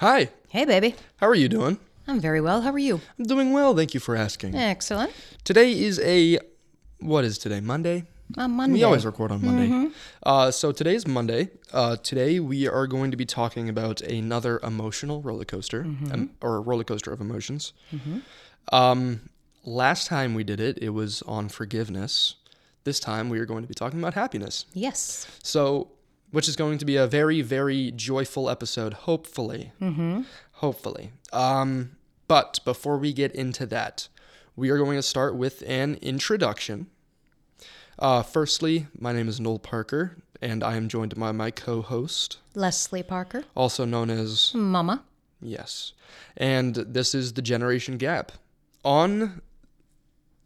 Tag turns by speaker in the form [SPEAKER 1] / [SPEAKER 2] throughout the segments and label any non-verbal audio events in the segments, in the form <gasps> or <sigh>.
[SPEAKER 1] Hi,
[SPEAKER 2] Hey, baby.
[SPEAKER 1] how are you doing?
[SPEAKER 2] I'm very well. How are you?
[SPEAKER 1] I'm doing well, thank you for asking.
[SPEAKER 2] Excellent.
[SPEAKER 1] Today is a what is today? Monday?
[SPEAKER 2] On Monday.
[SPEAKER 1] We always record on Monday. Uh, so today is Monday. Uh, today we are going to be talking about another emotional roller coaster, um, or a roller coaster of emotions. Um, last time we did it, it was on forgiveness. This time we are going to be talking about happiness.
[SPEAKER 2] Yes.
[SPEAKER 1] So, which is going to be a very, very joyful episode, hopefully. Mm-hmm. Hopefully. Um, but before we get into that, we are going to start with an introduction. Uh, firstly, my name is Noel Parker, and I am joined by my co host,
[SPEAKER 2] Leslie Parker.
[SPEAKER 1] also known as
[SPEAKER 2] Mama.
[SPEAKER 1] Yes. And this is the generation gap. On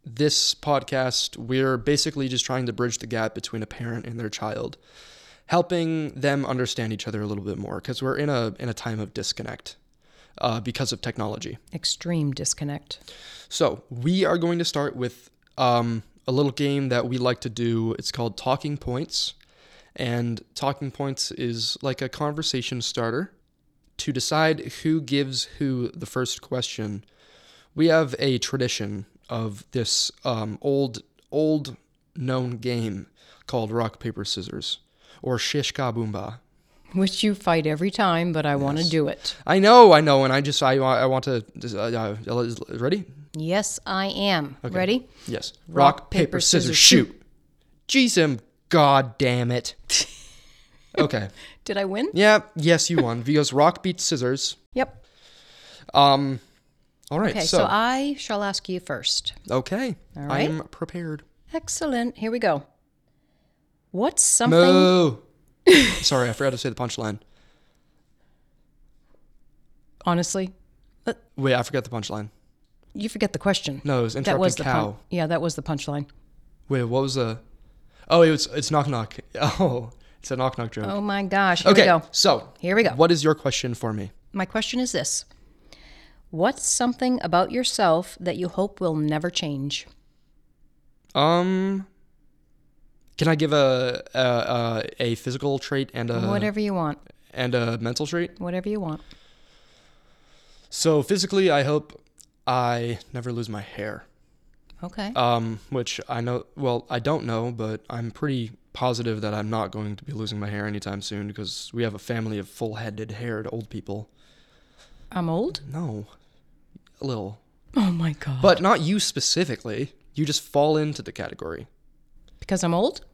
[SPEAKER 1] this podcast, we're basically just trying to bridge the gap between a parent and their child, helping them understand each other a little bit more because we're in a in a time of disconnect uh, because of technology.
[SPEAKER 2] Extreme disconnect.
[SPEAKER 1] So we are going to start with um, a little game that we like to do. It's called Talking Points, and Talking Points is like a conversation starter. To decide who gives who the first question, we have a tradition of this um, old old known game called rock paper scissors or shish kaboomba.
[SPEAKER 2] Which you fight every time, but I want to do it.
[SPEAKER 1] I know, I know, and I just I, I want to uh, uh, ready.
[SPEAKER 2] Yes, I am. Ready?
[SPEAKER 1] Yes. Rock, paper, scissors, shoot. Jeez, um, god damn
[SPEAKER 2] <laughs>
[SPEAKER 1] it. okay.
[SPEAKER 2] Did I win?
[SPEAKER 1] Yeah, yes, you won. Because rock beats scissors.
[SPEAKER 2] Yep.
[SPEAKER 1] Um, all right.
[SPEAKER 2] Okay,
[SPEAKER 1] so,
[SPEAKER 2] so, I shall ask you first.
[SPEAKER 1] okay. I
[SPEAKER 2] right.
[SPEAKER 1] am prepared.
[SPEAKER 2] Excellent. Here we go. What's something?
[SPEAKER 1] Moo. Sorry, I forgot to say the punchline.
[SPEAKER 2] Honestly, but
[SPEAKER 1] Wait, I forgot the punchline.
[SPEAKER 2] you forget the question.
[SPEAKER 1] No, it was
[SPEAKER 2] that
[SPEAKER 1] interrupting
[SPEAKER 2] was the
[SPEAKER 1] cow.
[SPEAKER 2] pun- yeah, that was the punchline.
[SPEAKER 1] Wait, what was the? Oh, it was, it's knock knock. <laughs> Oh, it's a knock knock joke.
[SPEAKER 2] Oh my gosh. Here
[SPEAKER 1] okay,
[SPEAKER 2] we go.
[SPEAKER 1] so
[SPEAKER 2] Here we go.
[SPEAKER 1] What is your question for me?
[SPEAKER 2] My question is this What's something about yourself that you hope will never change?
[SPEAKER 1] Um, can I give a a, a, a physical trait and a
[SPEAKER 2] whatever you want.
[SPEAKER 1] and a mental trait?
[SPEAKER 2] Whatever you want.
[SPEAKER 1] So physically, I hope I never lose my hair.
[SPEAKER 2] Okay.
[SPEAKER 1] Um, which I know, well, I don't know, but I'm pretty positive that I'm not going to be losing my hair anytime soon because we have a family of full-headed, haired old people.
[SPEAKER 2] I'm old?
[SPEAKER 1] No, a little,
[SPEAKER 2] Oh my God.
[SPEAKER 1] but not you specifically. You just fall into the category,
[SPEAKER 2] because I'm old?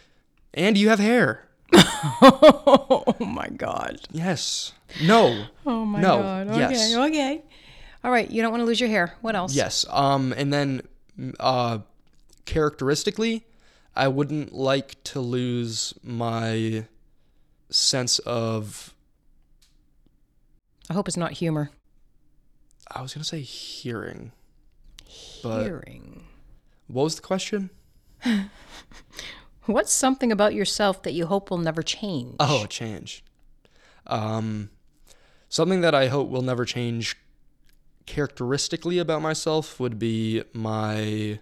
[SPEAKER 2] <laughs>
[SPEAKER 1] and you have hair.
[SPEAKER 2] oh my God.
[SPEAKER 1] Yes. No.
[SPEAKER 2] Oh my
[SPEAKER 1] No.
[SPEAKER 2] God.
[SPEAKER 1] Yes.
[SPEAKER 2] Okay. Okay. All right. You don't want to lose your hair. What else?
[SPEAKER 1] Yes. Um, and then, m- uh, characteristically, I wouldn't like to lose my sense of.
[SPEAKER 2] I hope it's not humor.
[SPEAKER 1] I was gonna say hearing. But-
[SPEAKER 2] Hearing.
[SPEAKER 1] What was the question?
[SPEAKER 2] What's something about yourself that you hope will never change? <laughs>
[SPEAKER 1] Oh, change. Um, something that I hope will never change. Characteristically about myself would be my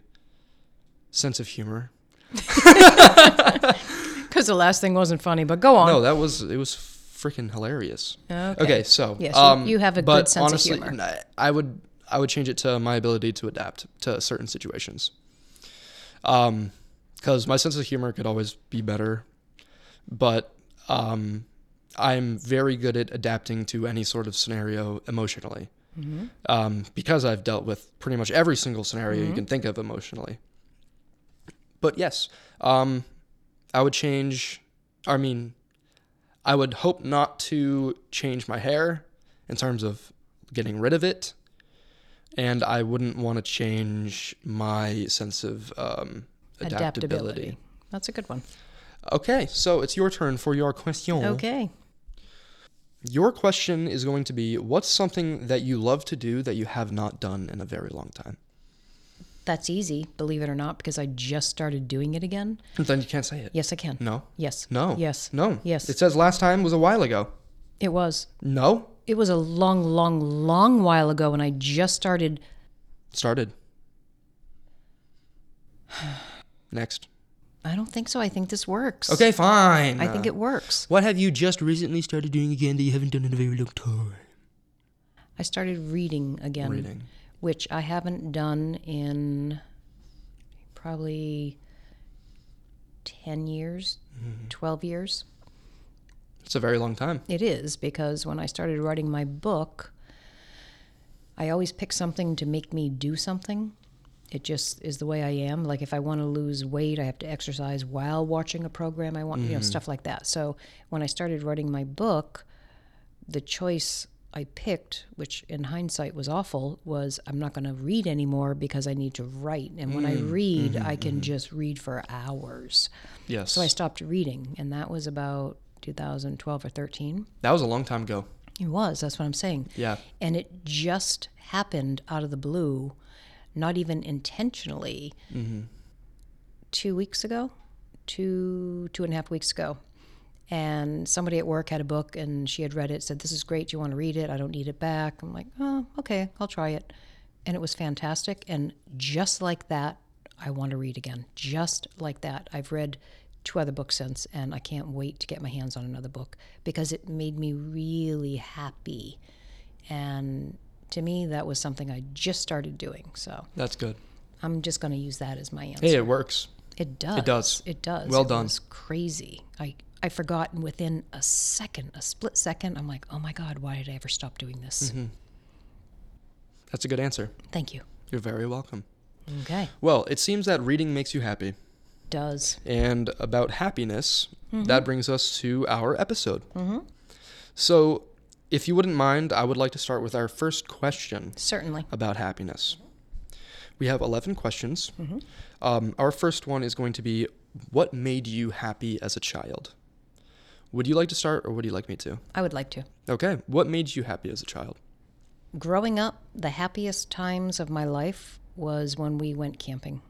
[SPEAKER 1] sense of humor.
[SPEAKER 2] Because the last thing wasn't funny, but go on.
[SPEAKER 1] No, that was it was freaking hilarious.
[SPEAKER 2] Okay.
[SPEAKER 1] Okay, so um,
[SPEAKER 2] Yes, you- you have a good
[SPEAKER 1] but
[SPEAKER 2] sense of
[SPEAKER 1] honestly,
[SPEAKER 2] humor.
[SPEAKER 1] n- I would I would change it to my ability to adapt to certain situations. Um, because my sense of humor could always be better, but um, I'm very good at adapting to any sort of scenario emotionally. Um, because I've dealt with pretty much every single scenario you can think of emotionally. But yes, um, I would change. I mean, I would hope not to change my hair in terms of getting rid of it. And I wouldn't want to change my sense of um, adaptability.
[SPEAKER 2] Adaptability. That's a good one.
[SPEAKER 1] Okay, so it's your turn for your question.
[SPEAKER 2] Okay.
[SPEAKER 1] Your question is going to be what's something that you love to do that you have not done in a very long time?
[SPEAKER 2] That's easy, believe it or not, because I just started doing it again.
[SPEAKER 1] Then you can't say it.
[SPEAKER 2] Yes, I can.
[SPEAKER 1] No.
[SPEAKER 2] Yes.
[SPEAKER 1] Mm. No.
[SPEAKER 2] Yes.
[SPEAKER 1] No.
[SPEAKER 2] Yes.
[SPEAKER 1] It says last time was a while ago.
[SPEAKER 2] It was.
[SPEAKER 1] No.
[SPEAKER 2] It was a long, long, long while ago, and I just started.
[SPEAKER 1] Started. <sighs> Next.
[SPEAKER 2] I don't think so. I think this works.
[SPEAKER 1] Okay, fine. Uh,
[SPEAKER 2] I think it works.
[SPEAKER 1] What have you just recently started doing again that you haven't done in a very long time?
[SPEAKER 2] I started reading again,
[SPEAKER 1] Reading.
[SPEAKER 2] which I haven't done in probably 10 years,
[SPEAKER 1] Mm-hmm.
[SPEAKER 2] 12 years.
[SPEAKER 1] It's a very long time.
[SPEAKER 2] It is because when I started writing my book, I always pick something to make me do something. It just is the way I am. Like if I want to lose weight, I have to exercise while watching a program. I want, you know, stuff like that. So when I started writing my book, the choice I picked, which in hindsight was awful, was I'm not going to read anymore because I need to write. And when I read, I can just read for hours.
[SPEAKER 1] Yes.
[SPEAKER 2] So I stopped reading, and that was about 2012 or 13.
[SPEAKER 1] that was a long time ago.
[SPEAKER 2] It was. That's what I'm saying.
[SPEAKER 1] Yeah.
[SPEAKER 2] And it just happened out of the blue, not even intentionally. Two weeks ago, two two and a half weeks ago, and somebody at work had a book and she had read it. Said, "This is great. Do you want to read it? I don't need it back." I'm like, "Oh, okay. I'll try it." And it was fantastic. And just like that, I want to read again. Just like that, I've read two other books since, and I can't wait to get my hands on another book because it made me really happy. And to me, that was something I just started doing. So
[SPEAKER 1] That's good.
[SPEAKER 2] I'm just going to use that as my answer.
[SPEAKER 1] Hey, it works.
[SPEAKER 2] It does. It
[SPEAKER 1] does.
[SPEAKER 2] It does.
[SPEAKER 1] Well
[SPEAKER 2] it
[SPEAKER 1] done.
[SPEAKER 2] Was crazy. I I forgot, and within a second, a split second, I'm like, oh my god, why did I ever stop doing this?
[SPEAKER 1] Mm-hmm. That's a good answer.
[SPEAKER 2] Thank you.
[SPEAKER 1] You're very welcome.
[SPEAKER 2] Okay.
[SPEAKER 1] Well, it seems that reading makes you happy.
[SPEAKER 2] Does
[SPEAKER 1] And about happiness,
[SPEAKER 2] Mm-hmm.
[SPEAKER 1] that brings us to our episode. So, if you wouldn't mind, I would like to start with our first question
[SPEAKER 2] certainly.
[SPEAKER 1] about happiness. We have 11 questions.
[SPEAKER 2] Mm-hmm.
[SPEAKER 1] Um, our first one is going to be What made you happy as a child? Would you like to start or would you like me to?
[SPEAKER 2] I would like to.
[SPEAKER 1] Okay. What made you happy as a child?
[SPEAKER 2] Growing up, the happiest times of my life was when we went camping.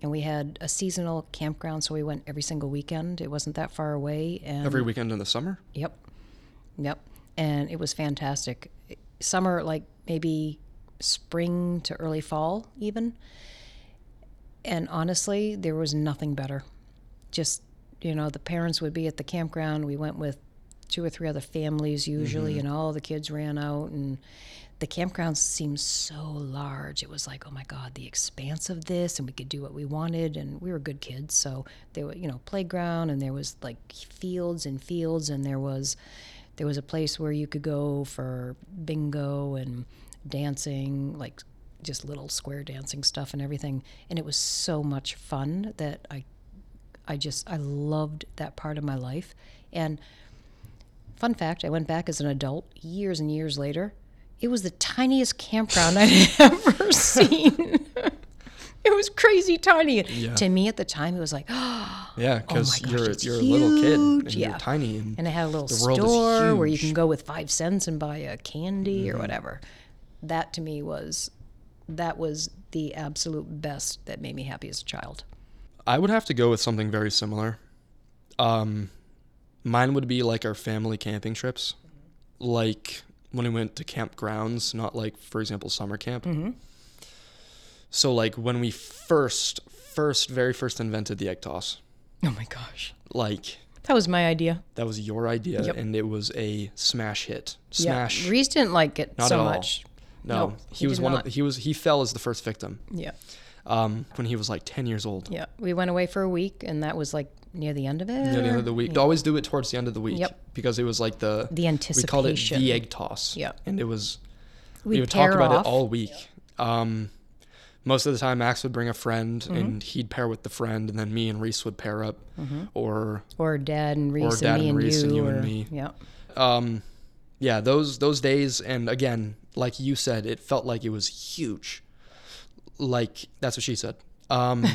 [SPEAKER 2] And we had a seasonal campground, so we went every single weekend. It wasn't that far away. And
[SPEAKER 1] Every weekend in the summer?
[SPEAKER 2] Yep. Yep. And it was fantastic. Summer, like maybe spring to early fall, even. And honestly, there was nothing better. Just, you know, the parents would be at the campground. We went with two or three other families usually, and all the kids ran out. And the campground seemed so large. It was like, oh my God, the expanse of this, and we could do what we wanted. And we were good kids. So there were, you know, playground, and there was like fields and fields, and there was. There was a place where you could go for bingo and dancing, like just little square dancing stuff and everything. And it was so much fun that I I just I loved that part of my life. And fun fact, I went back as an adult years and years later. It was the tiniest campground I'd <laughs> ever seen. <laughs> it was crazy tiny. To me at the time, it was like, <gasps>
[SPEAKER 1] Yeah, because
[SPEAKER 2] oh gosh,
[SPEAKER 1] you're,
[SPEAKER 2] it's
[SPEAKER 1] you're a little kid and
[SPEAKER 2] huge,
[SPEAKER 1] you're
[SPEAKER 2] yeah.
[SPEAKER 1] tiny. And,
[SPEAKER 2] and it had a little
[SPEAKER 1] The world is
[SPEAKER 2] store where you
[SPEAKER 1] huge. Mm-hmm.
[SPEAKER 2] can go with five cents and buy a candy or whatever. That to me was that was the absolute best that made me happy as a child.
[SPEAKER 1] I would have to go with something very similar. Um, mine would be like our family camping trips, like when we went to campgrounds, not like, for example, summer camp.
[SPEAKER 2] Mm-hmm.
[SPEAKER 1] So, like when we first, first, very first invented the egg toss,
[SPEAKER 2] Oh my gosh.
[SPEAKER 1] like
[SPEAKER 2] That was my idea.
[SPEAKER 1] that was your idea,
[SPEAKER 2] Yep.
[SPEAKER 1] and it was a smash hit. Smash.
[SPEAKER 2] Yeah. Reese didn't like it
[SPEAKER 1] Not
[SPEAKER 2] so
[SPEAKER 1] at all.
[SPEAKER 2] much.
[SPEAKER 1] no,
[SPEAKER 2] no,
[SPEAKER 1] he,
[SPEAKER 2] he
[SPEAKER 1] was
[SPEAKER 2] did
[SPEAKER 1] one
[SPEAKER 2] not.
[SPEAKER 1] of he was he fell as the first victim
[SPEAKER 2] Yeah.
[SPEAKER 1] um, when he was like ten years old.
[SPEAKER 2] Yeah. We went away for a week and that was like near the end of it.
[SPEAKER 1] Near the end of
[SPEAKER 2] or-
[SPEAKER 1] the week, to always do it towards the end of the week
[SPEAKER 2] Yep.
[SPEAKER 1] because it was like the
[SPEAKER 2] the
[SPEAKER 1] we
[SPEAKER 2] anticipation.
[SPEAKER 1] called it the egg toss.
[SPEAKER 2] Yeah.
[SPEAKER 1] And it was we
[SPEAKER 2] We'd
[SPEAKER 1] would talk
[SPEAKER 2] pair
[SPEAKER 1] about
[SPEAKER 2] off.
[SPEAKER 1] it all week. Um, most of the time, Max would bring a friend,
[SPEAKER 2] Mm-hmm.
[SPEAKER 1] and he'd pair with the friend, and then me and Reese would pair up,
[SPEAKER 2] Mm-hmm.
[SPEAKER 1] or
[SPEAKER 2] or dad and Reese
[SPEAKER 1] Dad
[SPEAKER 2] and me
[SPEAKER 1] and
[SPEAKER 2] and,
[SPEAKER 1] Reese
[SPEAKER 2] you,
[SPEAKER 1] and you
[SPEAKER 2] or,
[SPEAKER 1] and me.
[SPEAKER 2] Yeah.
[SPEAKER 1] um, yeah, those those days. And again, like you said, it felt like it was huge. Like that's what she said.
[SPEAKER 2] <laughs>
[SPEAKER 1] Um,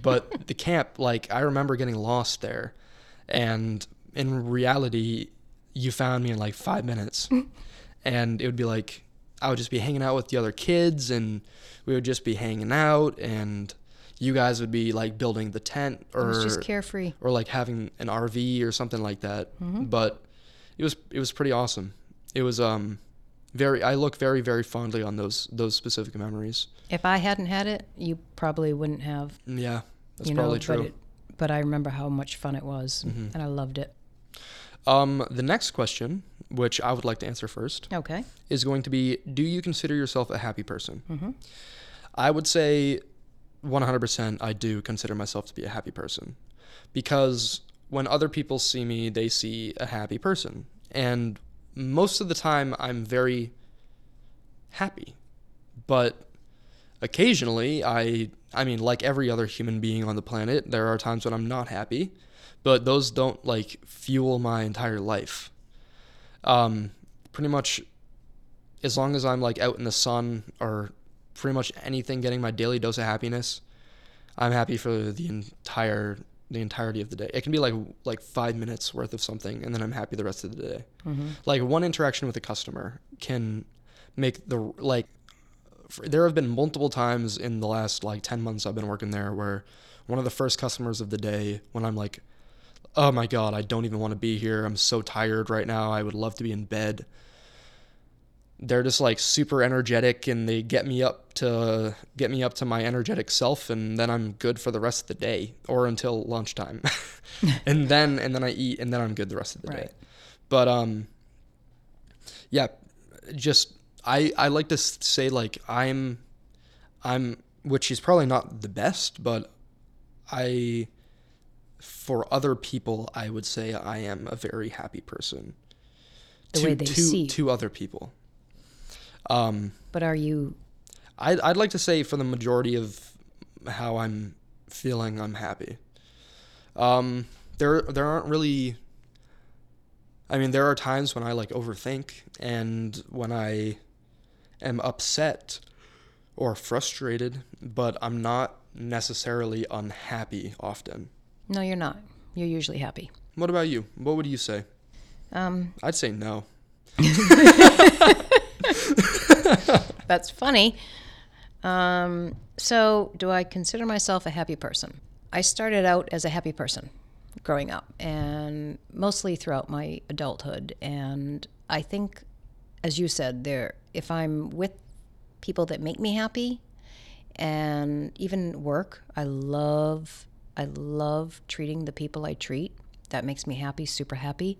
[SPEAKER 1] but the camp, like I remember getting lost there, and in reality, you found me in like five
[SPEAKER 2] <laughs>
[SPEAKER 1] minutes, and it would be like I would just be hanging out with the other kids, and we would just be hanging out, and you guys would be like building the tent or
[SPEAKER 2] It was just carefree.
[SPEAKER 1] or like having an RV or something like that.
[SPEAKER 2] Mm-hmm.
[SPEAKER 1] But it was it was pretty awesome. It was um very I look very very fondly on those those specific memories.
[SPEAKER 2] If I hadn't had it, you probably wouldn't have.
[SPEAKER 1] Yeah, that's
[SPEAKER 2] you know,
[SPEAKER 1] probably true. Mm-hmm.
[SPEAKER 2] But, it, but I remember how much fun it was, and I loved it.
[SPEAKER 1] Um, the next question, which I would like to answer first,
[SPEAKER 2] Okay.
[SPEAKER 1] is going to be Do you consider yourself a happy person? I would say 100% I do consider myself to be a happy person because when other people see me, they see a happy person. And most of the time, I'm very happy. But occasionally, I. I mean, like every other human being on the planet, there are times when I'm not happy, but those don't like fuel my entire life. Um, pretty much as long as I'm like out in the sun or pretty much anything getting my daily dose of happiness, I'm happy for the entire the entirety of the day. It can be like like 5 minutes worth of something and then I'm happy the rest of the day. Like one interaction with a customer can make the like f there have been multiple times in the last like 10 months I've been working there where one of the first customers of the day when I'm like oh my god, I don't even want to be here. I'm so tired right now. I would love to be in bed they're just like super energetic and they get me up to get me up to my energetic self and then I'm good for the rest of the day or until lunchtime. <laughs> and then and then I eat and then I'm good the rest of the day.
[SPEAKER 2] Right.
[SPEAKER 1] But um yeah, just I I like to s- say like I'm I'm which is probably not the best, but I for other people I would say I am a very happy person.
[SPEAKER 2] The
[SPEAKER 1] to,
[SPEAKER 2] way they
[SPEAKER 1] to,
[SPEAKER 2] see you.
[SPEAKER 1] to other people. Um,
[SPEAKER 2] But are you
[SPEAKER 1] I'd, I'd like to say for the majority of how I'm feeling, I'm happy. Um, there there aren't really. I mean, there are times when I like overthink and when I am upset or frustrated, but I'm not necessarily unhappy often.
[SPEAKER 2] No, you're not. You're usually happy.
[SPEAKER 1] What about you? What would you say? Um, I'd say no.
[SPEAKER 2] That's funny. Um, so, do I consider myself a happy person? I started out as a happy person growing up and mostly throughout my adulthood. And I think, as you said, there, if I'm with people that make me happy and even work, I love, I love treating the people I treat. That makes me happy, super happy.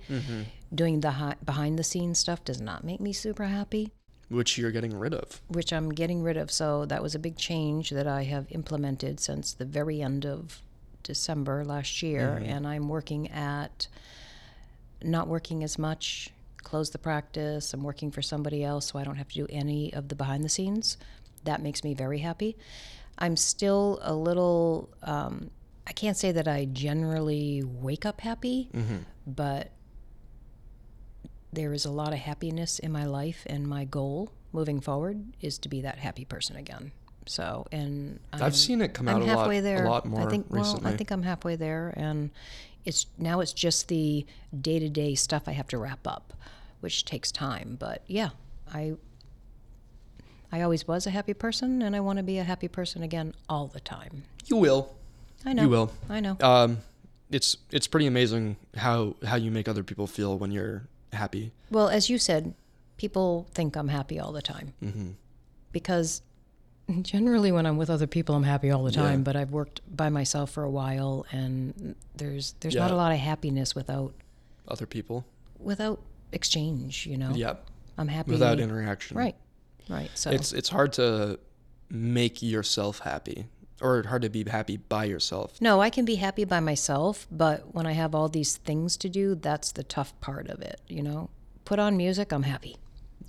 [SPEAKER 2] Doing the hi- behind the scenes stuff does not make me super happy
[SPEAKER 1] Which you're getting rid of.
[SPEAKER 2] which I'm getting rid of. So that was a big change that I have implemented since the very end of December last year. And I'm working at not working as much, close the practice. I'm working for somebody else, so I don't have to do any of the behind the scenes. That makes me very happy. I'm still a little, um, I can't say that I generally wake up happy, but there is a lot of happiness in my life, and my goal moving forward is to be that happy person again. So, and I'm,
[SPEAKER 1] I've seen it come
[SPEAKER 2] I'm
[SPEAKER 1] out a lot,
[SPEAKER 2] halfway there.
[SPEAKER 1] a lot more
[SPEAKER 2] I think,
[SPEAKER 1] recently.
[SPEAKER 2] Well, I think I'm halfway there, and it's now it's just the day to day stuff I have to wrap up, which takes time. But yeah, I I always was a happy person, and I want to be a happy person again all the time.
[SPEAKER 1] you will.
[SPEAKER 2] I know.
[SPEAKER 1] You will.
[SPEAKER 2] I know.
[SPEAKER 1] um, it's it's pretty amazing how how you make other people feel when you're happy.
[SPEAKER 2] Well, as you said, people think I'm happy all the time. Mm-hmm. Because generally, when I'm with other people, I'm happy all the time. But I've worked by myself for a while, and there's there's not
[SPEAKER 1] Yeah.
[SPEAKER 2] a lot of happiness without
[SPEAKER 1] Other people,
[SPEAKER 2] without exchange. You know,
[SPEAKER 1] yeah,
[SPEAKER 2] I'm happy
[SPEAKER 1] without interaction,
[SPEAKER 2] Mm-hmm. Right, right. So
[SPEAKER 1] It's it's hard to make yourself happy, or hard to be happy by yourself.
[SPEAKER 2] no, I can be happy by myself, but when I have all these things to do, that's the tough part of it. You know, put on music, I'm happy.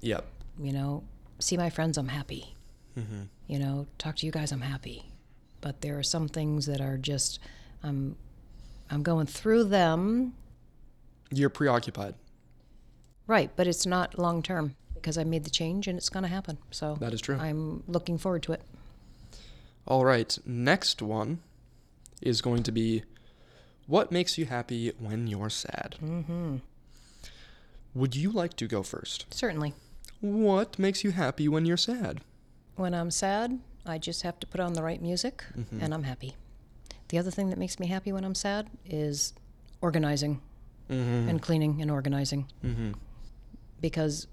[SPEAKER 1] Yep.
[SPEAKER 2] you know, see my friends, I'm happy.
[SPEAKER 1] Mm-hmm.
[SPEAKER 2] You know, talk to you guys, I'm happy. But there are some things that are just, I'm, I'm going through them,
[SPEAKER 1] You're preoccupied.
[SPEAKER 2] right? But it's not long term because I made the change and it's going to happen. So
[SPEAKER 1] That is true.
[SPEAKER 2] I'm looking forward to it.
[SPEAKER 1] All right. Next one is going to be what makes you happy when you're sad. Mm-hmm. Would you like to go first?
[SPEAKER 2] Certainly.
[SPEAKER 1] What makes you happy when you're sad?
[SPEAKER 2] When I'm sad, I just have to put on the right music
[SPEAKER 1] Mm-hmm.
[SPEAKER 2] and I'm happy. The other thing that makes me happy when I'm sad is organizing
[SPEAKER 1] Mm-hmm. Mm.
[SPEAKER 2] and cleaning and organizing. Because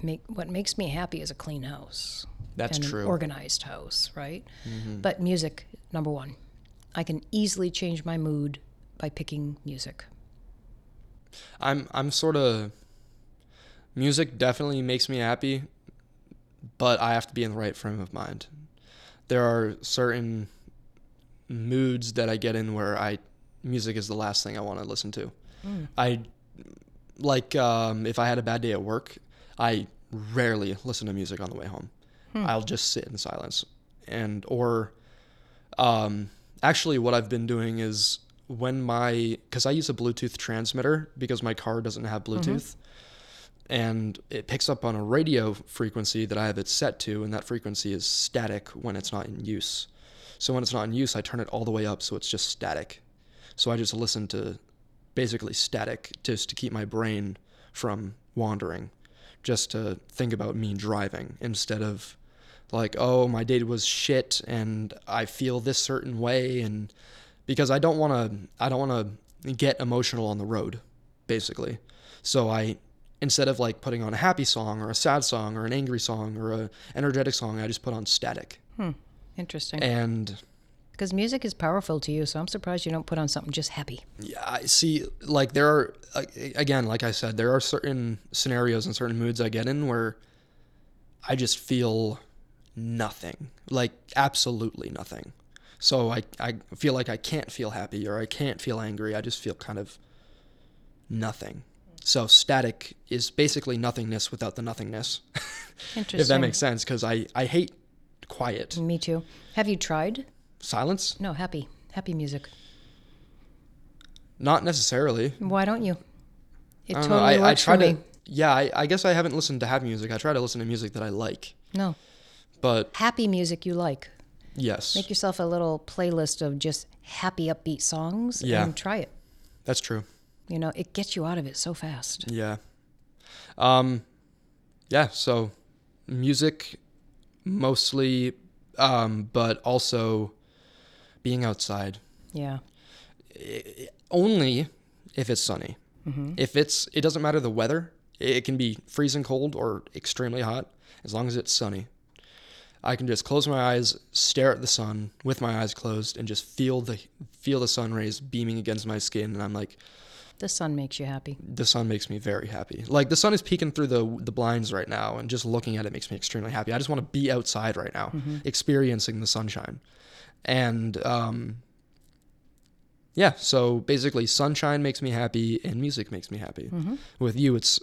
[SPEAKER 2] make, what makes me happy is a clean house.
[SPEAKER 1] That's
[SPEAKER 2] and an
[SPEAKER 1] true. Mm.
[SPEAKER 2] organized house, right? But music, number one. I can easily change my mood by picking music.
[SPEAKER 1] I'm I'm sort of music definitely makes me happy, but I have to be in the right frame of mind. There are certain moods that I get in where I music is the last thing I want to listen to. I like um, if I had a bad day at work, I rarely listen to music on the way home. I'll just sit in silence and or um, actually what I've been doing is when my because I use a Bluetooth transmitter because my car doesn't have Bluetooth. And it picks up on a radio frequency that I have it set to, and that frequency is static when it's not in use. So when it's not in use, I turn it all the way up so it's just static. So I just listen to basically static just to keep my brain from wandering, just to think about me driving instead of like, oh, my day was shit and I feel this certain way and because I don't want to I don't want to get emotional on the road basically. So I instead of like putting on a happy song or a sad song or an angry song or a energetic song, I just put on static.
[SPEAKER 2] Interesting.
[SPEAKER 1] And
[SPEAKER 2] Because music is powerful to you, so I'm surprised you don't put on something just happy.
[SPEAKER 1] Yeah, I see. Like there are a- again, like I said, there are certain scenarios and certain moods I get in where I just feel nothing, like absolutely nothing. So I I feel like I can't feel happy or I can't feel angry. I just feel kind of nothing. So static is basically nothingness without the nothingness. <laughs>
[SPEAKER 2] Interesting.
[SPEAKER 1] if that makes sense, because I I hate quiet
[SPEAKER 2] Me too. Have you tried?
[SPEAKER 1] silence.
[SPEAKER 2] No, happy. Happy music.
[SPEAKER 1] Not necessarily.
[SPEAKER 2] Why don't you? It
[SPEAKER 1] I don't know, I,
[SPEAKER 2] totally
[SPEAKER 1] I
[SPEAKER 2] works
[SPEAKER 1] try
[SPEAKER 2] for
[SPEAKER 1] to.
[SPEAKER 2] me.
[SPEAKER 1] Yeah, I, I guess I haven't listened to happy music. I try to listen to music that I like.
[SPEAKER 2] No.
[SPEAKER 1] But
[SPEAKER 2] Happy music you like.
[SPEAKER 1] yes,
[SPEAKER 2] Make yourself a little playlist of just happy, upbeat songs
[SPEAKER 1] Yeah.
[SPEAKER 2] and try it.
[SPEAKER 1] that's true.
[SPEAKER 2] You know, it gets you out of it so fast.
[SPEAKER 1] Yeah. Um, yeah. So music, mostly, um, but also being outside.
[SPEAKER 2] Yeah.
[SPEAKER 1] only if it's sunny. If it's, it doesn't matter the weather. It can be freezing cold or extremely hot, as long as it's sunny. I can just close my eyes, stare at the sun with my eyes closed, and just feel the feel the sun rays beaming against my skin, and I'm like,
[SPEAKER 2] The sun makes you happy.
[SPEAKER 1] the sun makes me very happy. Like the sun is peeking through the the blinds right now, and just looking at it makes me extremely happy. I just want to be outside right now,
[SPEAKER 2] Mm-hmm.
[SPEAKER 1] experiencing the sunshine, and um, yeah. So basically, sunshine makes me happy, and music makes me happy.
[SPEAKER 2] Mm-hmm.
[SPEAKER 1] With you, it's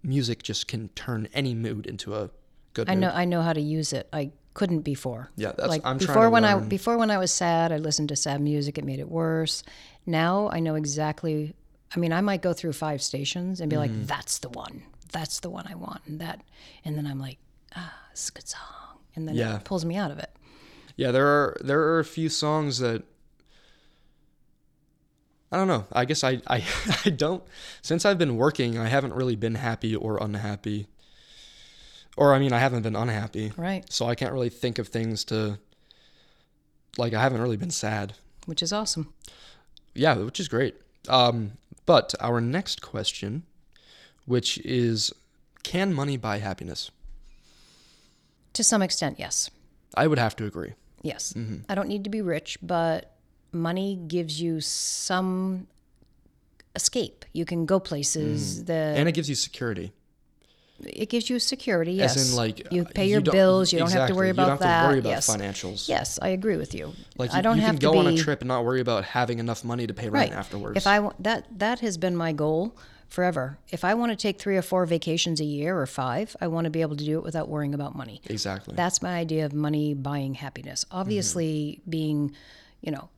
[SPEAKER 1] music just can turn any mood into a good.
[SPEAKER 2] I
[SPEAKER 1] mood.
[SPEAKER 2] know I know how to use it. I couldn't before.
[SPEAKER 1] Yeah, that's
[SPEAKER 2] like
[SPEAKER 1] I'm
[SPEAKER 2] before
[SPEAKER 1] trying to
[SPEAKER 2] when I
[SPEAKER 1] learn.
[SPEAKER 2] before when I was sad, I listened to sad music. It made it worse. Now I know exactly. I mean, I might go through five stations and be
[SPEAKER 1] Mm-hmm.
[SPEAKER 2] like, "That's the one. That's the one I want." And that, and then I'm like, "Ah, it's a good song," and then
[SPEAKER 1] Yeah.
[SPEAKER 2] it pulls me out of it.
[SPEAKER 1] Yeah, there are there are a few songs that I don't know. I guess I, <laughs> I I don't since I've been working, I haven't really been happy or unhappy. Or I mean, I haven't been unhappy.
[SPEAKER 2] Right,
[SPEAKER 1] So I can't really think of things to like I haven't really been sad.
[SPEAKER 2] which is awesome.
[SPEAKER 1] Yeah, which is great. Um but our next question which is can money buy happiness?
[SPEAKER 2] To some extent, yes,
[SPEAKER 1] I would have to agree.
[SPEAKER 2] yes.
[SPEAKER 1] Mm-hmm.
[SPEAKER 2] I don't need to be rich, but money gives you some escape. You can go
[SPEAKER 1] Mm.
[SPEAKER 2] places that
[SPEAKER 1] And it gives you security.
[SPEAKER 2] it gives you security. Yes,
[SPEAKER 1] As in like
[SPEAKER 2] you pay
[SPEAKER 1] uh,
[SPEAKER 2] your
[SPEAKER 1] don't-
[SPEAKER 2] bills. You don't have to
[SPEAKER 1] exactly,
[SPEAKER 2] worry about
[SPEAKER 1] you don't have
[SPEAKER 2] that.
[SPEAKER 1] to worry about
[SPEAKER 2] yes.
[SPEAKER 1] financials.
[SPEAKER 2] Yes, I agree with you.
[SPEAKER 1] Like
[SPEAKER 2] I
[SPEAKER 1] you-
[SPEAKER 2] don't
[SPEAKER 1] you
[SPEAKER 2] have
[SPEAKER 1] can
[SPEAKER 2] to
[SPEAKER 1] go
[SPEAKER 2] be
[SPEAKER 1] on a trip and not worry about having enough money to pay rent
[SPEAKER 2] right
[SPEAKER 1] afterwards.
[SPEAKER 2] If I want that, that has been my goal forever. If I want to take three or four vacations a year or five, I want to be able to do it without worrying about money.
[SPEAKER 1] exactly.
[SPEAKER 2] That's my idea of money buying happiness.
[SPEAKER 1] Mm-hmm.
[SPEAKER 2] Obviously, being, you know,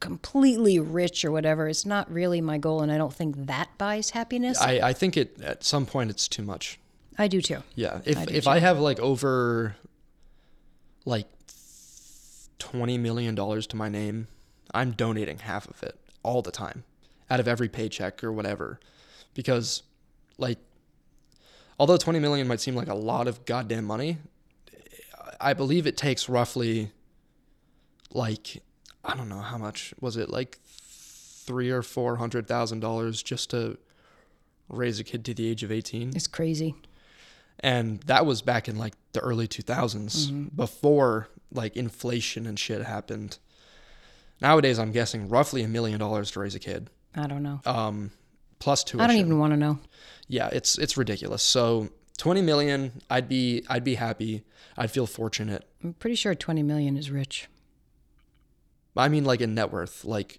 [SPEAKER 2] completely rich or whatever is not really my goal, and I don't think that buys happiness.
[SPEAKER 1] I, I think it at some point it's too much.
[SPEAKER 2] I do too.
[SPEAKER 1] Yeah. If if I have like over like twenty million dollars to my name, I'm donating half of it all the time, out of every paycheck or whatever, because like although twenty million might seem like a lot of goddamn money, I believe it takes roughly like I don't know how much was it like three or four hundred thousand dollars just to raise a kid to the age of eighteen
[SPEAKER 2] It's crazy.
[SPEAKER 1] and that was back in like the early 2000s
[SPEAKER 2] Mm-hmm.
[SPEAKER 1] before like inflation and shit happened nowadays i'm guessing roughly a million dollars to raise a kid
[SPEAKER 2] I don't know.
[SPEAKER 1] um plus tuition.
[SPEAKER 2] I don't even want to know.
[SPEAKER 1] yeah, it's it's ridiculous. So 20 million, I'd be I'd be happy. I'd feel fortunate.
[SPEAKER 2] I'm pretty sure 20 million is rich.
[SPEAKER 1] I mean like in net worth, like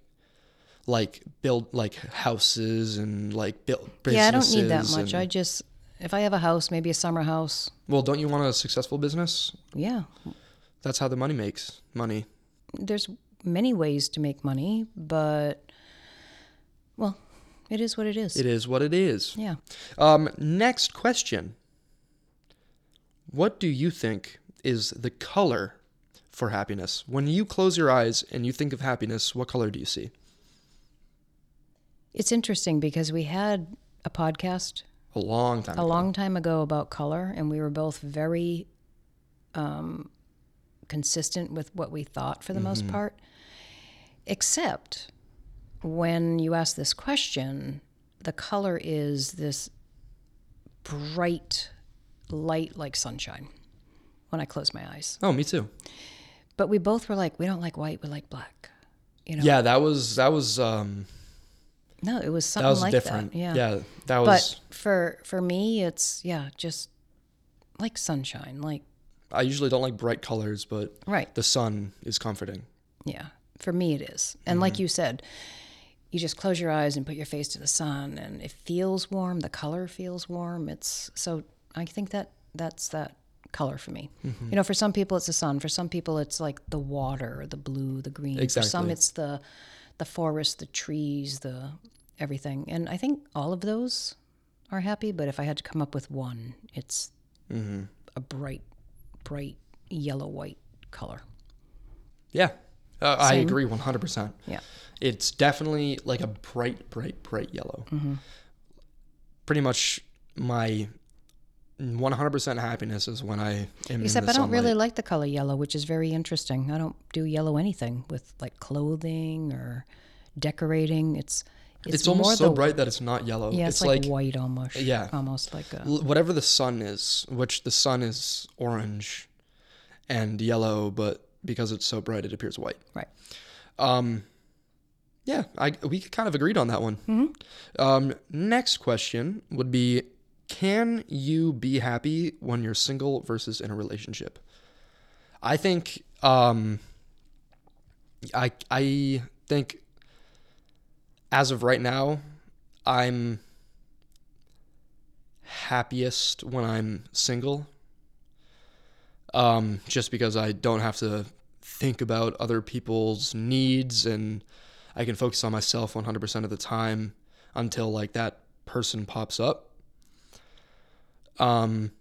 [SPEAKER 1] like build like houses and like build businesses.
[SPEAKER 2] Yeah, I don't need that much.
[SPEAKER 1] and-
[SPEAKER 2] I just, if I have a house, maybe a summer house.
[SPEAKER 1] well, don't you want a successful business?
[SPEAKER 2] Yeah.
[SPEAKER 1] That's how the money makes money.
[SPEAKER 2] There's many ways to make money, but, well, it is what it is.
[SPEAKER 1] It is what it is.
[SPEAKER 2] yeah.
[SPEAKER 1] Um, next question. What do you think is the color for happiness? When you close your eyes and you think of happiness, what color do you see?
[SPEAKER 2] It's interesting because we had a podcast
[SPEAKER 1] A long time.
[SPEAKER 2] a
[SPEAKER 1] ago.
[SPEAKER 2] long time ago about color, and we were both very um, consistent with what we thought for the most
[SPEAKER 1] Mm-hmm.
[SPEAKER 2] part. Except when you ask this question, the color is this bright light like sunshine when I close my eyes.
[SPEAKER 1] Oh, me too.
[SPEAKER 2] But we both were like, we don't like white, we like black. You know,
[SPEAKER 1] Yeah, that was that was um
[SPEAKER 2] no, it was something
[SPEAKER 1] that was
[SPEAKER 2] like
[SPEAKER 1] different.
[SPEAKER 2] that.
[SPEAKER 1] yeah, that was.
[SPEAKER 2] but for for me it's yeah just like sunshine like
[SPEAKER 1] I usually don't like bright colors, but
[SPEAKER 2] right
[SPEAKER 1] the sun is comforting.
[SPEAKER 2] yeah for me it is and like you said you just close your eyes and put your face to the sun and it feels warm the color feels warm it's so i think that that's that color for me you know for some people it's the sun for some people it's like the water the blue the green for some
[SPEAKER 1] Exactly.
[SPEAKER 2] it's the the forest the trees the everything and i think all of those are happy but if i had to come up with one it's a bright bright yellow white color
[SPEAKER 1] Yeah, uh, I agree one hundred percent.
[SPEAKER 2] yeah
[SPEAKER 1] It's definitely like a bright, bright, bright yellow. Pretty much my one hundred percent happiness is when I am.
[SPEAKER 2] Except
[SPEAKER 1] in the
[SPEAKER 2] I don't really
[SPEAKER 1] sunlight.
[SPEAKER 2] like the color yellow, which is very interesting. I don't do yellow anything with like clothing or decorating. It's it's,
[SPEAKER 1] It's, almost
[SPEAKER 2] more
[SPEAKER 1] so
[SPEAKER 2] the
[SPEAKER 1] bright that it's not yellow.
[SPEAKER 2] yeah, it's,
[SPEAKER 1] it's,
[SPEAKER 2] like, white almost.
[SPEAKER 1] yeah.
[SPEAKER 2] almost like uh, a
[SPEAKER 1] l- whatever the sun is, which the sun is orange and yellow, but because it's so bright, it appears white.
[SPEAKER 2] right.
[SPEAKER 1] Um, yeah, I we kind of agreed on that one. Um, next question would be: Can you be happy when you're single versus in a relationship? I think um, I I think as of right now, I'm happiest when I'm single. Um, just because I don't have to think about other people's needs and I can focus on myself 100% of the time until like that person pops up. Um,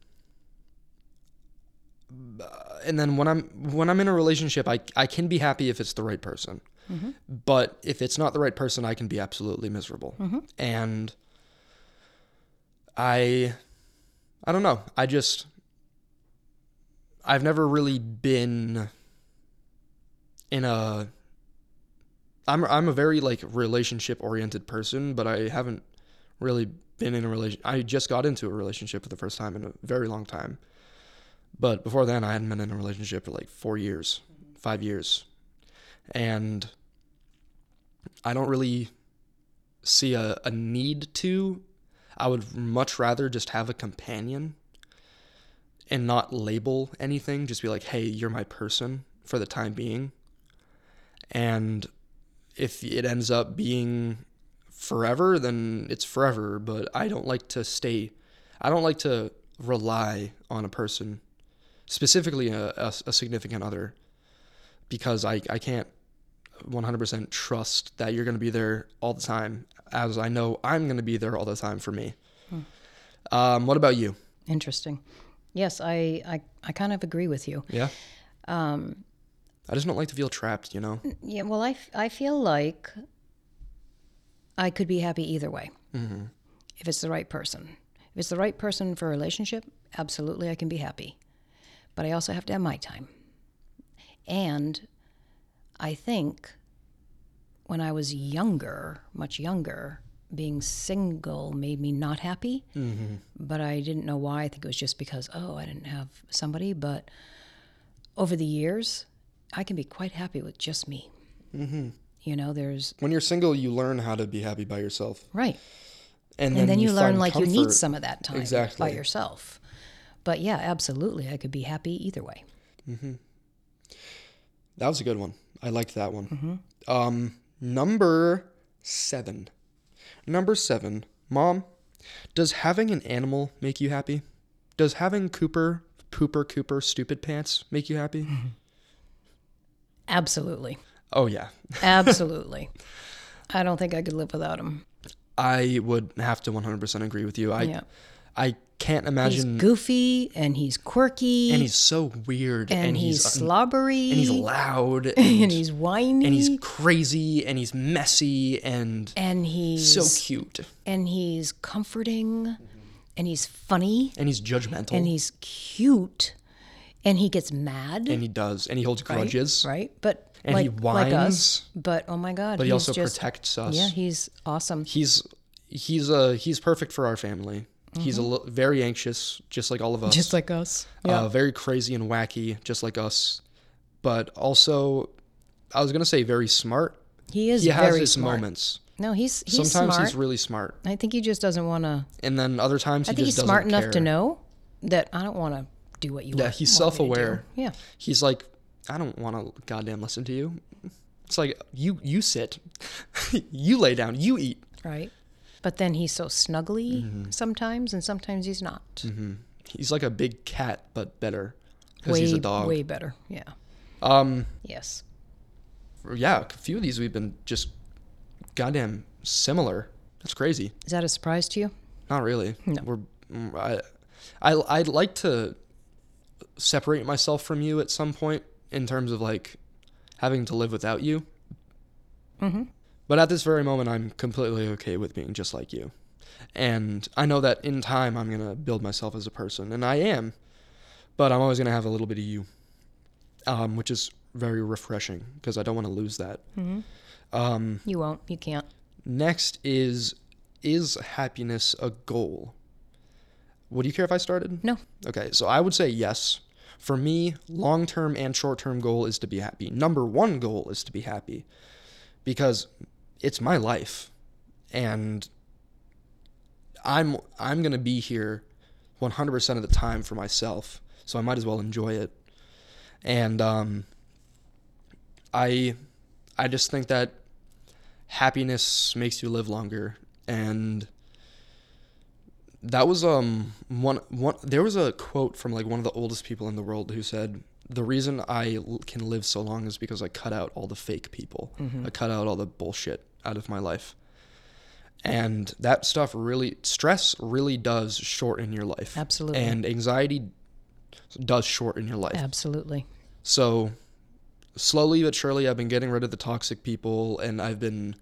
[SPEAKER 1] b- and then when I'm when I'm in a relationship, I I can be happy if it's the right person, but if it's not the right person, I can be absolutely miserable. And I I don't know. I just I've never really been in a I'm I'm a very like relationship oriented person, but I haven't really been in a relation I just got into a relationship for the first time in a very long time. But before then I hadn't been in a relationship for like 4 years, 5 years. And I don't really see a, a need to. I would much rather just have a companion and not label anything, just be like, hey, you're my person for the time being. And if it ends up being forever, then it's forever. But I don't like to stay, I don't like to rely on a person, specifically a, a, a significant other, because I, I can't 100% trust that you're going to be there all the time, as I know I'm going to be there all the time for me.
[SPEAKER 2] Hmm.
[SPEAKER 1] Um, what about you?
[SPEAKER 2] Interesting. Yes, I, I I kind of agree with you.
[SPEAKER 1] Yeah. Um,
[SPEAKER 2] Um,
[SPEAKER 1] I just don't like to feel trapped, you know?
[SPEAKER 2] Yeah, well, I, f- I feel like I could be happy either way if it's the right person. If it's the right person for a relationship, absolutely I can be happy. But I also have to have my time. And I think when I was younger, much younger, being single made me not happy. But I didn't know why. I think it was just because, oh, I didn't have somebody. But over the years, I can be quite happy with just me.
[SPEAKER 1] Mm-hmm.
[SPEAKER 2] You know, there's
[SPEAKER 1] When you're single, you learn how to be happy by yourself.
[SPEAKER 2] right.
[SPEAKER 1] and,
[SPEAKER 2] and then you, learn
[SPEAKER 1] find
[SPEAKER 2] like you need
[SPEAKER 1] comfort.
[SPEAKER 2] some of that time by
[SPEAKER 1] Exactly.
[SPEAKER 2] yourself but yeah absolutely i could be happy either way
[SPEAKER 1] That was a good one. I liked that one.
[SPEAKER 2] Mm-hmm.
[SPEAKER 1] Um, number seven. Number seven. Mom, does having an animal make you happy? Does having Cooper, Pooper, Cooper, Stupid Pants make you
[SPEAKER 2] <laughs>
[SPEAKER 1] happy? <laughs>
[SPEAKER 2] absolutely
[SPEAKER 1] oh, yeah.
[SPEAKER 2] absolutely i don't think i could live without him
[SPEAKER 1] I would have to 100% agree with you. I,
[SPEAKER 2] yeah
[SPEAKER 1] I can't
[SPEAKER 2] he's
[SPEAKER 1] imagine.
[SPEAKER 2] goofy and he's quirky
[SPEAKER 1] and he's so weird.
[SPEAKER 2] and he's slobbery
[SPEAKER 1] and he's loud. And,
[SPEAKER 2] <laughs> and he's whiny
[SPEAKER 1] and he's crazy. And he's messy. And
[SPEAKER 2] and he's
[SPEAKER 1] so cute.
[SPEAKER 2] and he's comforting
[SPEAKER 1] Mm-hmm.
[SPEAKER 2] and he's funny
[SPEAKER 1] And he's judgmental.
[SPEAKER 2] and he's cute and he gets mad
[SPEAKER 1] and he does, and he holds grudges,
[SPEAKER 2] right but
[SPEAKER 1] and
[SPEAKER 2] like,
[SPEAKER 1] he
[SPEAKER 2] like us
[SPEAKER 1] whines,
[SPEAKER 2] but oh my god
[SPEAKER 1] but he
[SPEAKER 2] he's
[SPEAKER 1] also
[SPEAKER 2] just
[SPEAKER 1] protects us.
[SPEAKER 2] yeah he's awesome
[SPEAKER 1] He's he's uh he's perfect for our family. He's a li- very anxious, just like all of us.
[SPEAKER 2] Mm-hmm. just like us
[SPEAKER 1] uh, very crazy and wacky, just like us. But also, I was gonna say very smart.
[SPEAKER 2] he is
[SPEAKER 1] He has
[SPEAKER 2] very
[SPEAKER 1] his
[SPEAKER 2] smart
[SPEAKER 1] moments.
[SPEAKER 2] no he's he's
[SPEAKER 1] Sometimes
[SPEAKER 2] smart
[SPEAKER 1] he's really smart,
[SPEAKER 2] i think he just doesn't want to
[SPEAKER 1] and then other times he
[SPEAKER 2] i think he's
[SPEAKER 1] just
[SPEAKER 2] smart
[SPEAKER 1] doesn't
[SPEAKER 2] enough to
[SPEAKER 1] care.
[SPEAKER 2] know that i don't want to do what you
[SPEAKER 1] Yeah,
[SPEAKER 2] want
[SPEAKER 1] he's
[SPEAKER 2] want me to do.
[SPEAKER 1] self-aware.
[SPEAKER 2] yeah
[SPEAKER 1] He's like, I don't want to goddamn listen to you. It's like you you sit, <laughs> you lay down, you eat.
[SPEAKER 2] right but then he's so snuggly
[SPEAKER 1] Mm-hmm.
[SPEAKER 2] sometimes and sometimes he's not
[SPEAKER 1] He's like a big cat, but better because he's a dog.
[SPEAKER 2] way better. Yeah.
[SPEAKER 1] Um,
[SPEAKER 2] Yes.
[SPEAKER 1] yeah, a few of these we've been just goddamn similar. That's crazy.
[SPEAKER 2] Is that a surprise to you?
[SPEAKER 1] Not really.
[SPEAKER 2] No.
[SPEAKER 1] We're mm, I, I I'd like to separate myself from you at some point in terms of like having to live without you.
[SPEAKER 2] Mhm.
[SPEAKER 1] But at this very moment, I'm completely okay with being just like you, and I know that in time I'm gonna build myself as a person, and I am. But I'm always gonna have a little bit of you, um, which is very refreshing because I don't want to lose that. Um,
[SPEAKER 2] You won't. You can't.
[SPEAKER 1] Next is is happiness a goal? Would you care if I
[SPEAKER 2] <laughs>
[SPEAKER 1] started?
[SPEAKER 2] No.
[SPEAKER 1] Okay, so I would say yes. For me, long term and short term goal is to be happy. Number one goal is to be happy because it's my life and I'm I'm gonna be here 100% of the time for myself, so I might as well enjoy it. And um, I I just think that happiness makes you live longer and that was um one one there was a quote from like one of the oldest people in the world who said the reason I l- can live so long is because I cut out all the fake people. I cut out all the bullshit out of my life. And that stuff really stress really does shorten your life.
[SPEAKER 2] Absolutely.
[SPEAKER 1] And anxiety does shorten your life.
[SPEAKER 2] Absolutely.
[SPEAKER 1] So slowly but surely I've been getting rid of the toxic people and I've been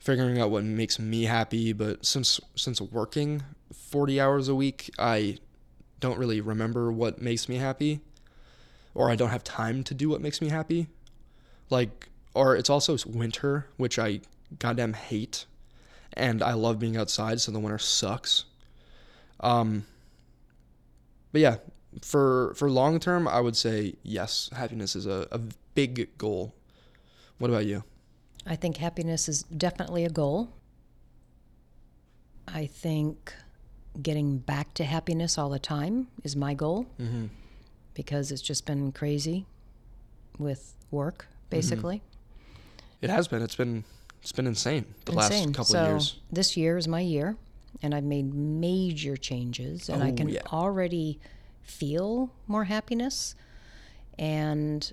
[SPEAKER 1] figuring out what makes me happy, but since since working 40 hours a week, I don't really remember what makes me happy or I don't have time to do what makes me happy. Like or it's also winter, which I goddamn hate and I love being outside, so the winter sucks. Um but yeah, for for long term, I would say yes, happiness is a, a big goal. What about you?
[SPEAKER 2] I think happiness is definitely a goal. I think getting back to happiness all the time is my goal
[SPEAKER 1] Mm-hmm.
[SPEAKER 2] because it's just been crazy with work,
[SPEAKER 1] Mm-hmm.
[SPEAKER 2] basically.
[SPEAKER 1] It has been. It's been it's been insane the
[SPEAKER 2] Insane.
[SPEAKER 1] last couple
[SPEAKER 2] so
[SPEAKER 1] of years.
[SPEAKER 2] This year is my year, and I've made major changes, and I
[SPEAKER 1] Oh,
[SPEAKER 2] can
[SPEAKER 1] yeah.
[SPEAKER 2] already feel more happiness, and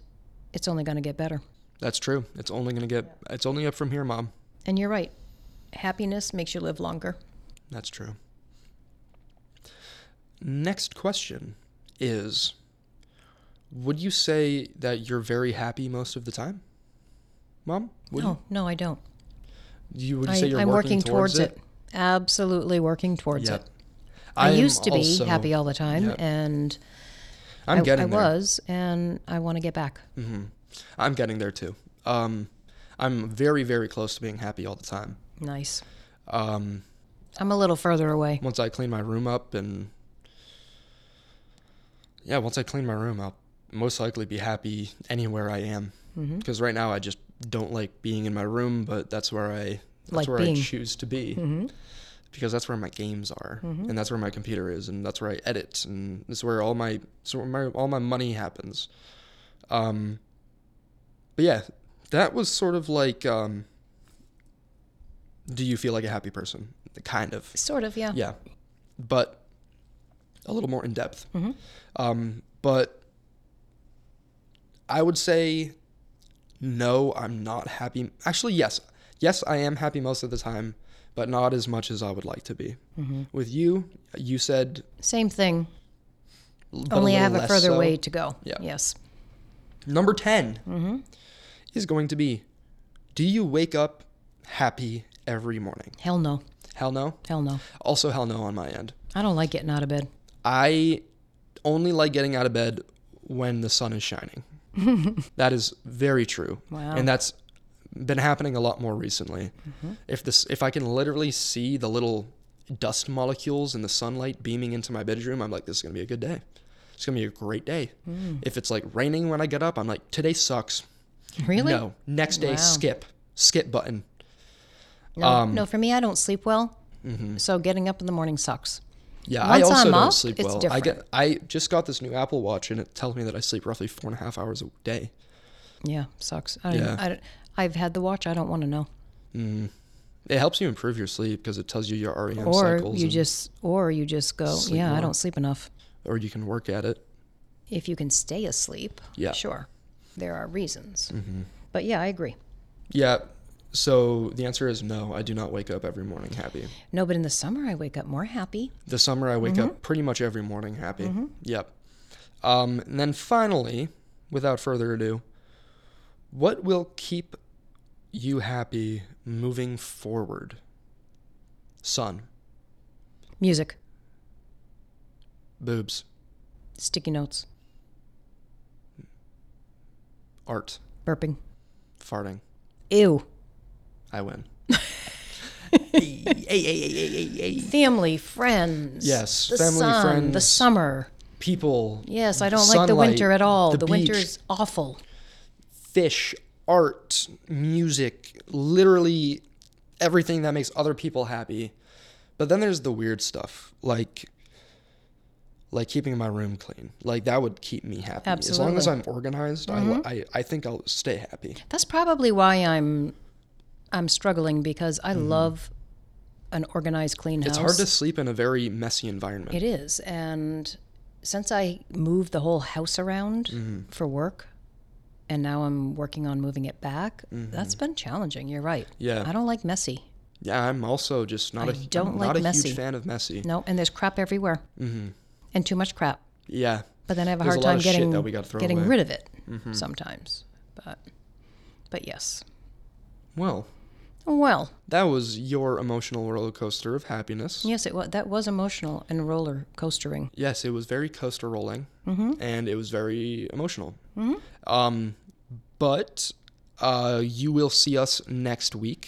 [SPEAKER 2] it's only going to get better.
[SPEAKER 1] That's true. It's only gonna get. It's only up from here, mom.
[SPEAKER 2] And you're right, happiness makes you live longer.
[SPEAKER 1] That's true. Next question is: Would you say that you're very happy most of the time, mom? Would
[SPEAKER 2] no, no, I don't.
[SPEAKER 1] you, you would you
[SPEAKER 2] I,
[SPEAKER 1] say you're
[SPEAKER 2] I'm
[SPEAKER 1] working, towards, it?
[SPEAKER 2] Absolutely working towards
[SPEAKER 1] Yeah.
[SPEAKER 2] it. I,
[SPEAKER 1] am
[SPEAKER 2] used to be
[SPEAKER 1] also-
[SPEAKER 2] happy all the time,
[SPEAKER 1] yeah.
[SPEAKER 2] and
[SPEAKER 1] I'm
[SPEAKER 2] I-
[SPEAKER 1] getting
[SPEAKER 2] I
[SPEAKER 1] there.
[SPEAKER 2] was, and I want to get back.
[SPEAKER 1] I'm getting there too. Um, I'm very, very close to being happy all the time.
[SPEAKER 2] Nice.
[SPEAKER 1] Um,
[SPEAKER 2] I'm a little further away.
[SPEAKER 1] once I clean my room up and yeah, once I clean my room, I'll most likely be happy anywhere I am. Because right now I just don't like being Mm-hmm. in my room, but that's where I that's
[SPEAKER 2] Like
[SPEAKER 1] where
[SPEAKER 2] being.
[SPEAKER 1] I choose to be. because that's where my games are and that's where my computer is and that's where I edit and it's where all my so my all my money happens. Um, but yeah, that was sort of like. Um, do you feel like a happy person? Kind of.
[SPEAKER 2] Sort of, yeah.
[SPEAKER 1] Yeah, but a little more in depth.
[SPEAKER 2] Mm-hmm.
[SPEAKER 1] Um, but I would say no, I'm not happy. Actually, yes, yes, I am happy most of the time, but not as much as I would like to be.
[SPEAKER 2] Mm-hmm.
[SPEAKER 1] With you, you said
[SPEAKER 2] Same thing.
[SPEAKER 1] l- but
[SPEAKER 2] Only
[SPEAKER 1] little
[SPEAKER 2] I have a
[SPEAKER 1] less
[SPEAKER 2] further
[SPEAKER 1] so.
[SPEAKER 2] way to go.
[SPEAKER 1] Yeah.
[SPEAKER 2] Yes.
[SPEAKER 1] Number 10
[SPEAKER 2] Mm-hmm.
[SPEAKER 1] is going to be: Do you wake up happy every morning?
[SPEAKER 2] Hell no.
[SPEAKER 1] Hell no.
[SPEAKER 2] Hell no.
[SPEAKER 1] Also, hell no on my end.
[SPEAKER 2] I don't like getting out of bed.
[SPEAKER 1] I only like getting out of bed when the sun is
[SPEAKER 2] <laughs>
[SPEAKER 1] shining. that is very true.
[SPEAKER 2] Wow.
[SPEAKER 1] And that's been happening a lot more recently.
[SPEAKER 2] Mm-hmm.
[SPEAKER 1] If this if I can literally see the little dust molecules in the sunlight beaming into my bedroom, I'm like this is going to be a good day. It's going to be a great day.
[SPEAKER 2] Mm.
[SPEAKER 1] If it's like raining when I get up, I'm like today sucks.
[SPEAKER 2] Really?
[SPEAKER 1] No. Next day
[SPEAKER 2] Wow.
[SPEAKER 1] skip. Skip button.
[SPEAKER 2] No,
[SPEAKER 1] um,
[SPEAKER 2] no, for me, I don't sleep well.
[SPEAKER 1] Mm-hmm.
[SPEAKER 2] So getting up in the morning sucks.
[SPEAKER 1] Yeah, I
[SPEAKER 2] Once
[SPEAKER 1] also
[SPEAKER 2] I'm
[SPEAKER 1] don't
[SPEAKER 2] up,
[SPEAKER 1] sleep
[SPEAKER 2] it's
[SPEAKER 1] well. I get I just got this new Apple Watch and it tells me that I sleep roughly four and a half hours a day.
[SPEAKER 2] Yeah, sucks. I don't,
[SPEAKER 1] Yeah.
[SPEAKER 2] I don't, I've had the watch. I don't want to know.
[SPEAKER 1] It helps you improve your sleep because it tells you your REM
[SPEAKER 2] Or
[SPEAKER 1] cycles,
[SPEAKER 2] you
[SPEAKER 1] and-
[SPEAKER 2] just, or you just go,
[SPEAKER 1] Sleep
[SPEAKER 2] yeah, I
[SPEAKER 1] more.
[SPEAKER 2] don't sleep enough.
[SPEAKER 1] or you can work at it.
[SPEAKER 2] If you can stay asleep,
[SPEAKER 1] Yeah. Mm-hmm.
[SPEAKER 2] sure. There are reasons. But yeah, I agree.
[SPEAKER 1] Yeah. So the answer is no. I do not wake up every morning happy.
[SPEAKER 2] No, but in the summer, I wake up more happy.
[SPEAKER 1] The summer, I wake up pretty much every morning happy. Yep. Um, and then finally, without further ado, what will keep you happy moving forward? Sun,
[SPEAKER 2] Music,
[SPEAKER 1] boobs,
[SPEAKER 2] sticky notes,
[SPEAKER 1] art,
[SPEAKER 2] burping.
[SPEAKER 1] farting.
[SPEAKER 2] Ew.
[SPEAKER 1] I win.
[SPEAKER 2] Family, friends.
[SPEAKER 1] Yes,
[SPEAKER 2] The
[SPEAKER 1] family,
[SPEAKER 2] sun, The
[SPEAKER 1] friends.
[SPEAKER 2] summer.
[SPEAKER 1] People,
[SPEAKER 2] Yes, I don't like the
[SPEAKER 1] Sunlight,
[SPEAKER 2] winter at all.
[SPEAKER 1] the
[SPEAKER 2] The, winter
[SPEAKER 1] beach.
[SPEAKER 2] is awful.
[SPEAKER 1] fish, art, music, literally everything that makes other people happy. But then there's the weird stuff, like like keeping my room clean. Like that would keep me happy. As long as I'm organized,
[SPEAKER 2] Mm-hmm.
[SPEAKER 1] I li- I, I think I'll stay happy.
[SPEAKER 2] That's probably why I'm I'm struggling because I love an organized clean house.
[SPEAKER 1] Mm-hmm. It's hard to sleep in a very messy environment.
[SPEAKER 2] It is. And since I moved the whole house around
[SPEAKER 1] Mm-hmm.
[SPEAKER 2] for work and now I'm working on moving it back, that's been challenging. You're right.
[SPEAKER 1] Mm-hmm. Yeah.
[SPEAKER 2] I don't like messy.
[SPEAKER 1] yeah, I'm also just not a I'm
[SPEAKER 2] don't like
[SPEAKER 1] not a
[SPEAKER 2] messy.
[SPEAKER 1] huge fan of messy.
[SPEAKER 2] No, and there's crap everywhere. Mm-hmm. And too much crap.
[SPEAKER 1] Yeah.
[SPEAKER 2] But then I have a
[SPEAKER 1] There's
[SPEAKER 2] hard
[SPEAKER 1] a lot
[SPEAKER 2] time
[SPEAKER 1] of shit
[SPEAKER 2] getting
[SPEAKER 1] that we gotta throw
[SPEAKER 2] getting
[SPEAKER 1] away. Mm-hmm.
[SPEAKER 2] rid of it sometimes. But but yes.
[SPEAKER 1] Well,
[SPEAKER 2] Well,
[SPEAKER 1] that was your emotional roller coaster of happiness.
[SPEAKER 2] yes, it was. That was emotional and roller coastering.
[SPEAKER 1] Yes, it was very coaster rolling, and it was very emotional. Um, but uh, you will see us next week.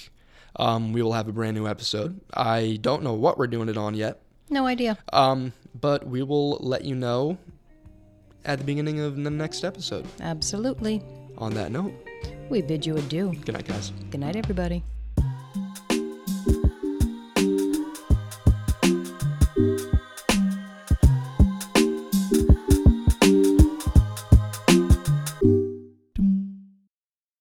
[SPEAKER 1] Um, we will have a brand new episode. I don't know what we're doing it on yet,
[SPEAKER 2] No idea.
[SPEAKER 1] um, but we will let you know at the beginning of the next episode.
[SPEAKER 2] Absolutely.
[SPEAKER 1] On that note,
[SPEAKER 2] We bid you adieu.
[SPEAKER 1] good night, guys.
[SPEAKER 2] Good night, everybody.